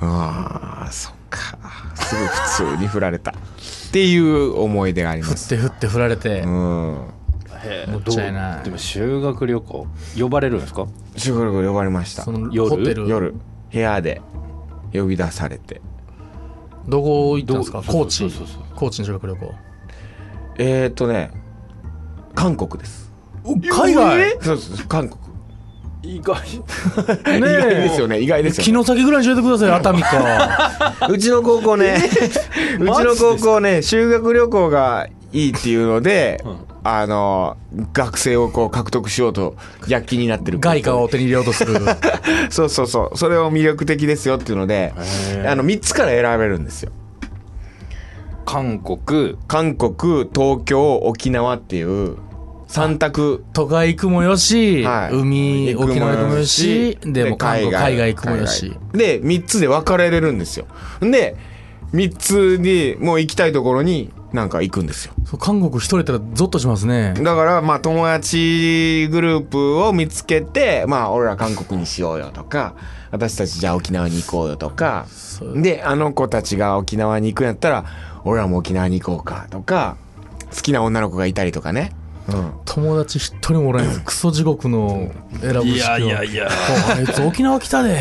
S2: あーそっかすぐ普通に振られたっていう思い出があり
S3: 振
S2: ま
S3: っ
S2: す
S3: て振って振られて
S2: うん
S4: へえ
S3: もったいない
S4: どうでも修学旅行呼ばれるんですか
S2: 修学旅行呼ばれました
S3: その
S4: 夜
S3: ホテル
S2: 夜部屋で呼び出されて
S3: どこ行ったんですか
S4: どう
S3: 高知
S4: そうそうそう
S3: 高知の修学旅行
S2: えー、っとね韓国です
S3: 海外
S2: そうそう韓国
S4: 意外
S2: 意外ですよね意外ですよ、ね
S3: 木、の先ぐらいに教えてください熱海か
S2: うちの高校ね、うちの高校ね、修学旅行がいいっていうので、
S4: ん
S2: あの、学生をこう獲得しようと躍起になってる。
S3: 外貨を手に入れようとする
S2: そうそうそう。それを魅力的ですよっていうので、
S4: へー
S2: あの、3つから選べるんですよ。
S4: 韓国
S2: 韓国、東京、沖縄っていう、3択。
S3: 都会行くもよし、
S2: はい
S3: 海
S2: 行くもよし
S3: 沖縄行くもよしでも韓国海外行くもよし
S2: 海外で、3つで分かれれるんですよ。で、3つに、もう行きたいところに、なんか行くんですよ。
S3: そう韓国一人やったらゾッとしますね
S2: だからまあ友達グループを見つけてまあ俺ら韓国にしようよとか私たちじゃあ沖縄に行こうよとかであの子たちが沖縄に行くんやったら俺らも沖縄に行こうかとか好きな女の子がいたりとかね、うん、
S3: 友達一人もおらんやつクソ地獄の選ぶ式を
S4: いやいやいや
S3: あいつ沖縄来たで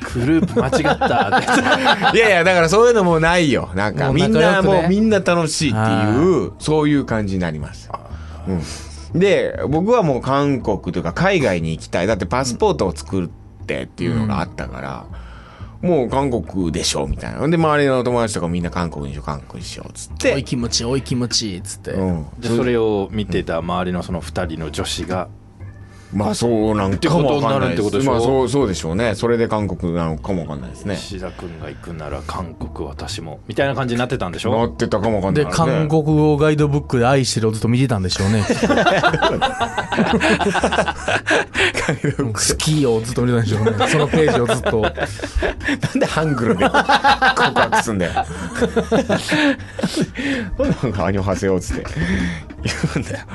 S4: グループ間違ったっ て
S2: いやいやだからそういうのもうないよなんか
S3: もう
S2: みん
S3: 仲良
S2: な
S3: く
S2: も
S3: ね
S2: うみんな楽しいっていうそういう感じになります、うん、で僕はもう韓国というか海外に行きたいだってパスポートを作ってっていうのがあったから、もう韓国でしょみたいなで周りの友達とかみんな韓国にしよう韓国にしようっつっ
S3: おい
S2: て、
S3: 気持ちおい気持ちっつって、
S2: うん、
S4: でそれを見てた周りのその2人の女子が
S2: まあそうなんかもわかんない
S4: ってことになるってことでしょ
S2: まあそうそうでしょうねそれで韓国なのかもわかんないですね
S4: 石田君が行くなら韓国私もみたいな感じになってたんでし
S2: な
S4: ょ
S2: ってたかもわかんない
S3: で
S2: ね
S3: 韓国語ガイドブックで愛してるをずっと見てたんでしょうねうん好きをずっと見てたんでしょうねそのページをずっと
S2: なんでハングルで告白すんだよ。なんか、アニョハセヨっつって言うんだよ。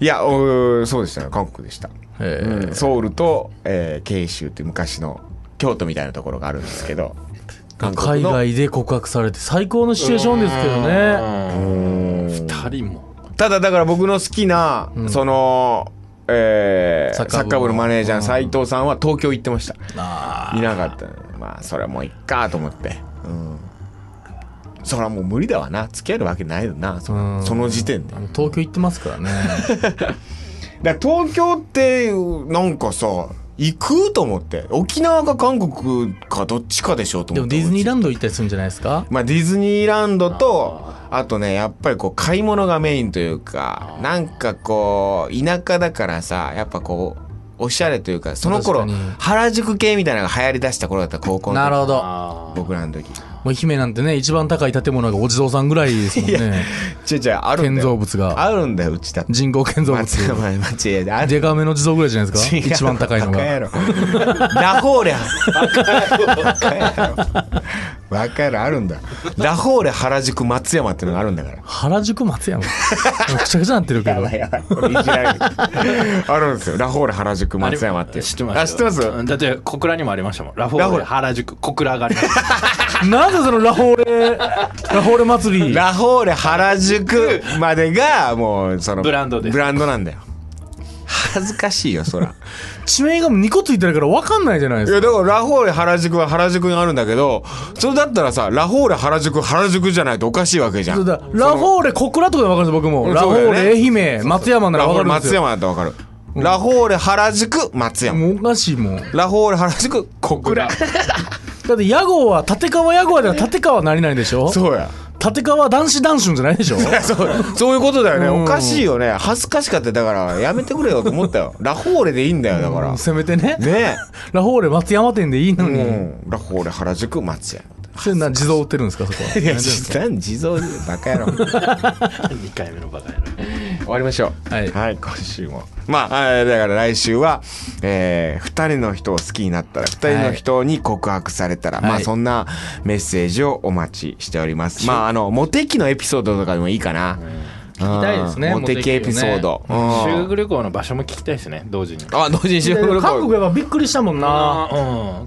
S2: いや、おーそうでしたね。韓国でした。
S3: えー
S2: うんソウルと、えー、慶州って昔の京都みたいなところがあるんですけど、韓国
S3: 海
S2: の
S3: 外で告白されて最高のシチュエーションですけどね
S4: 2人も
S2: ただだから僕の好きな、その、えー
S3: サ
S2: サッ
S3: ッカー部
S2: カー部のマネージャーの斎藤さんは東京行ってました。
S3: あ
S2: いなかったまあそれはもういっかと思って、うん、それはもう無理だわな付き合えるわけないよなそ
S3: うん
S2: のその時点で
S3: ー東京行ってますからね
S2: だから東京ってなんかさ行くと思って沖縄か韓国かどっちかでしょうと
S3: で
S2: 思
S3: も
S2: って
S3: ディズニーラ
S2: ン
S3: ンド行ったりするんじゃないですか
S2: ドまあディズニーランドとあとねやっぱりこう買い物がメインというかなんかこう田舎だからさやっぱこうおしゃれというかその頃
S3: 確かに
S2: 原宿系みたいなのが流行りだした頃だった高校の時
S3: なるほども
S4: あ
S2: 僕らの時
S3: う愛媛なんてね一番高い建物がお地蔵さんぐらいですもんね
S2: 違う違うあるん
S3: 建
S2: だよ
S3: 造物が
S2: あるんだようちだって
S3: 人工建造物
S2: 松山町へある
S3: デカめの地蔵ぐらいじゃないですか
S2: 違う
S3: 一番高いの
S2: バカ
S3: が
S2: やろラホーレバカやろバカやろあるんだラホーレ原宿松山ってのがあるんだから
S3: 原宿 松山くちゃくちゃなってるけど
S2: やばいこれいじられる あるんですよラホーレ原宿
S4: あ
S2: 松山っていう
S4: 知ってますよ
S2: あ知ってます
S4: うんだって小倉にもありましたもんラフォーレ原宿小倉がありま した
S3: なぜそのラホーレラホーレ祭り
S2: ラホーレ原宿までがもうその
S4: ブランドです
S2: ブランドなんだよ恥ずかしいよそら
S3: 地名がもう2個ついてるから分かんないじゃな いで
S2: い
S3: す
S2: や
S3: か
S2: だからラフォーレ原宿は原宿にあるんだけどそれだったらさラフォーレ原宿原宿じゃないとおかしいわけじゃん
S3: そうだラフォーレ小倉とかで分かるんですよ僕も
S2: うん
S3: ラフ
S2: そうだ
S3: ォー
S2: よね
S3: レ愛媛松山な
S2: ラ
S3: ら
S2: フォ
S3: 分
S2: ーレ
S3: かるんで
S2: 松
S3: すよ
S2: 山だとわかる、ラフォーレ原宿松山
S3: もうおかしいもん
S2: ラフォーレ原宿小倉
S3: だって屋号は立川屋号は立川何々でしょ
S2: そうや
S3: 立川男子男子じゃないでしょ
S2: そうそういうことだよね
S3: うん
S2: おかしいよね恥ずかしかっただからやめてくれよと思った よラフォーレでいいんだよだから
S3: せめてね
S2: ね
S3: ラフォーレ松山店でいいの
S2: え、う
S3: に
S2: ん、ラフォーレ原宿松山
S3: それな地蔵売ってるんですか そこはい
S2: や地蔵地蔵バカ野郎 終
S4: 2回目のバカやろ
S2: わりましょう
S3: はい
S2: はい、今週も。まあ、あーだから来週は、えー、2人の人を好きになったら、2人の人に告白されたら、
S3: はい
S2: まあ、そんなメッセージをお待ちしております。まあ、あの、モテ期のエピソードとかでもいいかな。
S3: 聞きたいですね
S2: うんモテ系エピソード。うん
S4: 修学旅行の場所も聞きたいですね同時に
S2: あ、同時に修学旅
S3: 韓国
S2: 行。
S3: やっぱびっくりしたもんな
S4: うん
S2: あ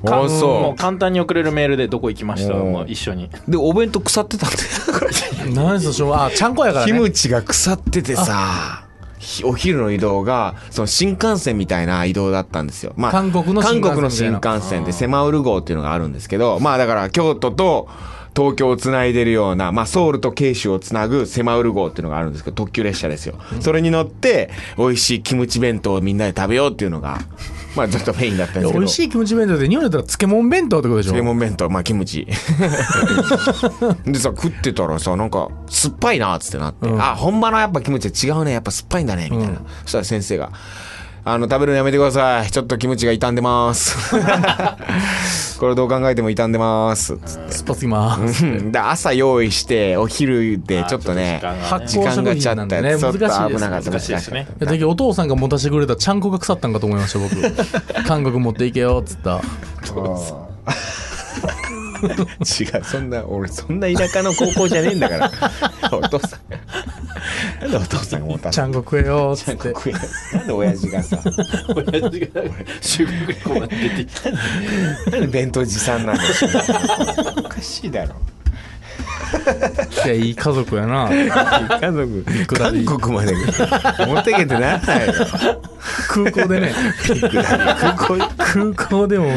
S4: か
S2: そう
S4: もう簡単に送れるメールでどこ行きました
S2: うん
S4: もう一緒に
S2: で、お弁当腐ってたんで。
S3: 何でしょうあちゃんこやから
S2: キ
S3: ね
S2: ムチが腐っててさ、ひお昼の移動が、その新幹線みたいな移動だったんですよ。まあ、
S3: 韓国の新幹線みたい
S2: 韓
S3: な
S2: 国の新幹線で、セマウル号っていうのがあるんですけど、まあだから京都と東京をつないでるような、まあソウルと慶州をつなぐセマウル号っていうのがあるんですけど、特急列車ですよ。それに乗って、美味しいキムチ弁当をみんなで食べようっていうのが、まあちょっとメインだったんですけど。
S3: 美味しいキムチ弁当で日本だったら漬物弁当ってことでしょ
S2: レモン弁当まあキムチでさ食ってたらさなんか酸っぱいなっつってなって、
S3: うん
S2: あ本場のやっぱキムチは違うねやっぱ酸っぱいんだねみたいな、そしたら先生が「あの食べるのやめてくださいちょっとキムチが傷んでます」「これどう考えても傷んでます」つって
S3: 酸っぱすぎます
S2: うんで朝用意してお昼でちょっとね
S4: あーちょ
S2: 時
S3: 発酵
S4: っと時
S2: 間
S3: 食
S2: がちゃ
S3: 品な
S2: っ
S3: ん
S2: た
S3: でね
S2: や
S3: 難
S2: つ
S3: し
S2: ちょ
S3: い
S2: っと危
S3: です
S2: なかった
S4: 難しいですね
S3: いやだけどお父さんが持たしてくれたちゃんこが腐ったんかと思いました 僕韓国持っていけよっつった
S2: 違うそんな俺そんな田舎の高校じゃねえんだから お父さんなんでお父さんが持た
S3: ちゃんこ食えよっつって
S2: 国やなんで親父がさ
S4: 間親父が修学旅行が出てきた
S2: なんで弁当持参なんでしょうおかしいだろ
S3: いやいい家族や な
S2: 家族韓国まで持ってけてならないよ
S3: 空港でね
S2: 空港
S3: 空港でも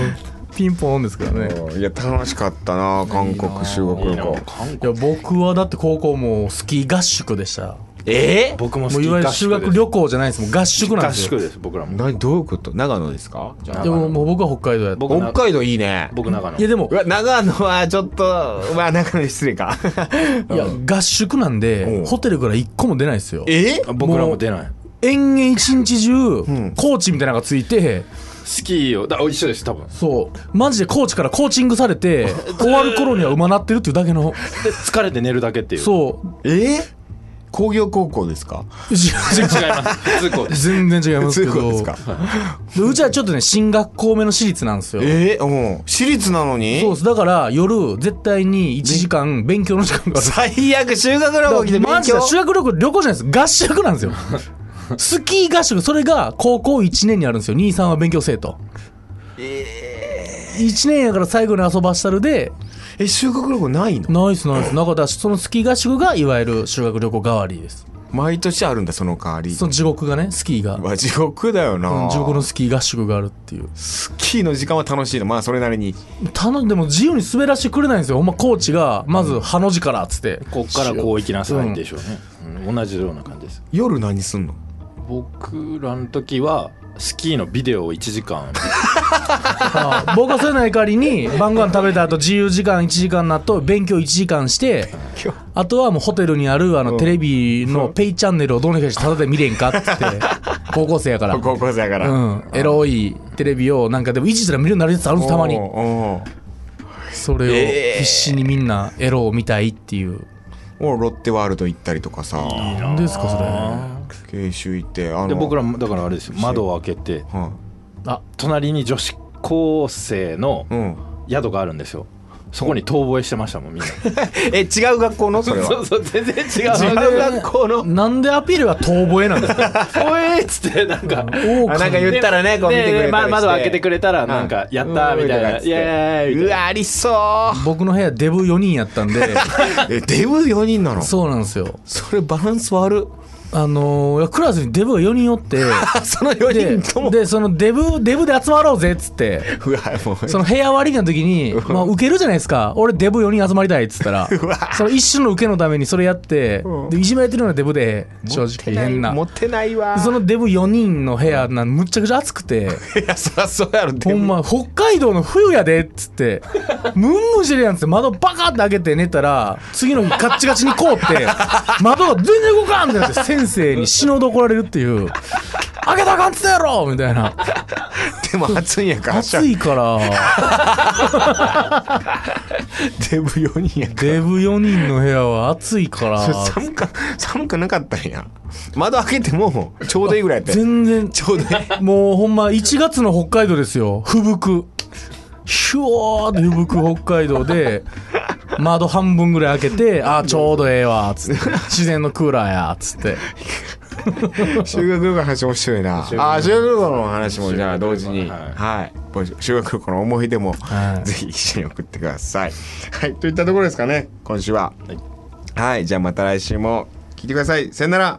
S3: ピンポンですからね
S2: 行くいや楽しかったな韓国修学旅
S4: いい
S2: 行
S4: な韓
S3: いや僕はだって高校もスキー合宿でした
S2: えー
S4: 僕も
S3: もういわゆる修学旅行じゃないですもう合宿なん
S4: 合
S3: です
S4: 宿
S3: よ
S4: です僕らも
S2: などういうこと長野ですかじゃあ
S3: でももう僕は北海道やった
S4: 僕
S2: 北海道いいね
S4: 僕長野
S3: いやでも
S2: うわ長野はちょっとまあ長野失礼か
S3: いや合宿なん
S2: う
S3: で
S2: ん
S3: ホテルから一個も出ないですよ
S2: え
S4: あ僕らも出ない
S3: 延々一日中
S2: ん
S3: コーチみたいなのがついて
S4: スキーをだ一緒です多分
S3: そうマジでコーチからコーチングさ れて終わる頃には馬なってるっていうだけの
S4: で疲れて寝るだけっていう
S3: そ
S2: え工業高校ですか
S3: う違う違う
S4: 違います普通校です
S3: 全然違います
S2: そう
S3: け
S2: いうこと
S3: ど
S2: ですか
S3: でうちはちょっとね進学校目の私立なんですよ
S2: えー、うん私立なのに
S3: そうですだから夜絶対に1時間勉強の時間がある
S2: 最悪修学旅行来て勉強
S3: マジで修学旅行旅行じゃないです合宿なんです よスキー合宿それが高校1年にあるんですよ兄さんは勉強生と1年やから最後に遊ばしたるで
S2: え修学旅行ないの
S3: ナイスナイス中田そのスキー合宿がいわゆる修学旅行代わりです
S2: 毎年あるんだその代わり
S3: その地獄がねスキーが
S2: うわ地獄だよな、
S3: うん地獄のスキー合宿があるっていう
S2: スキーの時間は楽しいのまあそれなりに
S3: 頼んでも自由に滑らしてくれないんですよほんまコーチがまず「ハの字から」っつって
S4: こっからこう行きなさいでしょうね、うん同じような感じです
S2: 夜何すんの
S4: 僕らの時はスキーのビデオを1時 間
S3: ああ僕はそれの代わりに晩ご飯食べた後自由時間1時間納豆勉強1時間してあとはもうホテルにあるあのテレビのペイチャンネルをどうにかしてただで見れんかっ つって高校生やから
S2: 高校生やから、
S3: うんエロいテレビをなんかでも維持すら見るようになるやつあるんですたまに
S2: おうおう
S3: それを必死にみんなエロを見たいっていう
S2: もうロッテワールド行ったりとかさ
S3: 何ですかそれあ
S2: 慶州行ってあの
S4: で僕らもだからあれですよ窓を開けて
S2: は
S4: 隣に女子高生の
S2: いうん
S4: 宿があるんですよそこに遠吠えしてました もんみんな
S2: え違う学校のそれは
S4: そうそう全然違う
S2: 違う学校の
S3: なんでアピールが遠吠えなんですか
S4: おえっつってなんか
S3: 多
S2: あなんか言
S3: く
S2: ったらねこう見てくれたりして、
S4: でま窓開けてくれたらなんかやったーみたいな
S2: うん
S4: イエーイみたいうな
S2: わありそ
S3: 僕の部屋デブ4人やった んで
S2: うえデブ4人なの
S3: そうなんですよ
S2: それバランス悪
S3: あのーいやクラスにデブが4人おって
S2: あその4
S3: で
S2: 人とも
S3: でそのデブデブで集まろうぜっつって
S2: うわもう
S3: その部屋割りの時に、まあ、受けるじゃないですか俺デブ4人集まりたいっつ ったら
S2: わ
S3: その一瞬の受けのためにそれやって
S2: うん
S3: でいじめられてるようなデブで正直変な
S2: 持ってないわ
S3: そのデブ4人の部屋なんむっちゃくちゃ暑 くて
S2: いやそりゃそうやろで
S3: ほん
S2: も
S3: ま北海道の冬やでっつってムンムンしてるやんっつって窓バカって開けて寝たら次の日ガッチガチに 凍って窓が全然動かんってなって先生に死ぬほど怒られるっていう「開けたらあかんっつったやろ!」みたいな
S2: でも暑いんやから
S3: 暑 いから
S2: デブ4人やか
S3: デブ4人の部屋は暑いから
S2: ら それ 寒か寒くなかったんや窓開けてもちょうどいいぐらいやって
S3: 全然
S2: ちょうどいい
S3: もうほんま1月の北海道ですよ吹雪ひゅわーって吹雪北海道で窓半分ぐらい開けて、ああ、ちょうどええわ、つって。自然のクーラーや、つって。
S2: 修学旅行の話面白い な。ああ、修学旅行の話もじゃあ同時に、
S4: は
S2: はい、修学旅行の思い出も、
S3: はい
S2: ぜひ一緒に送ってください。はい、といったところですかね、今週は。はい、じゃあまた来週も聞いてください。さよなら。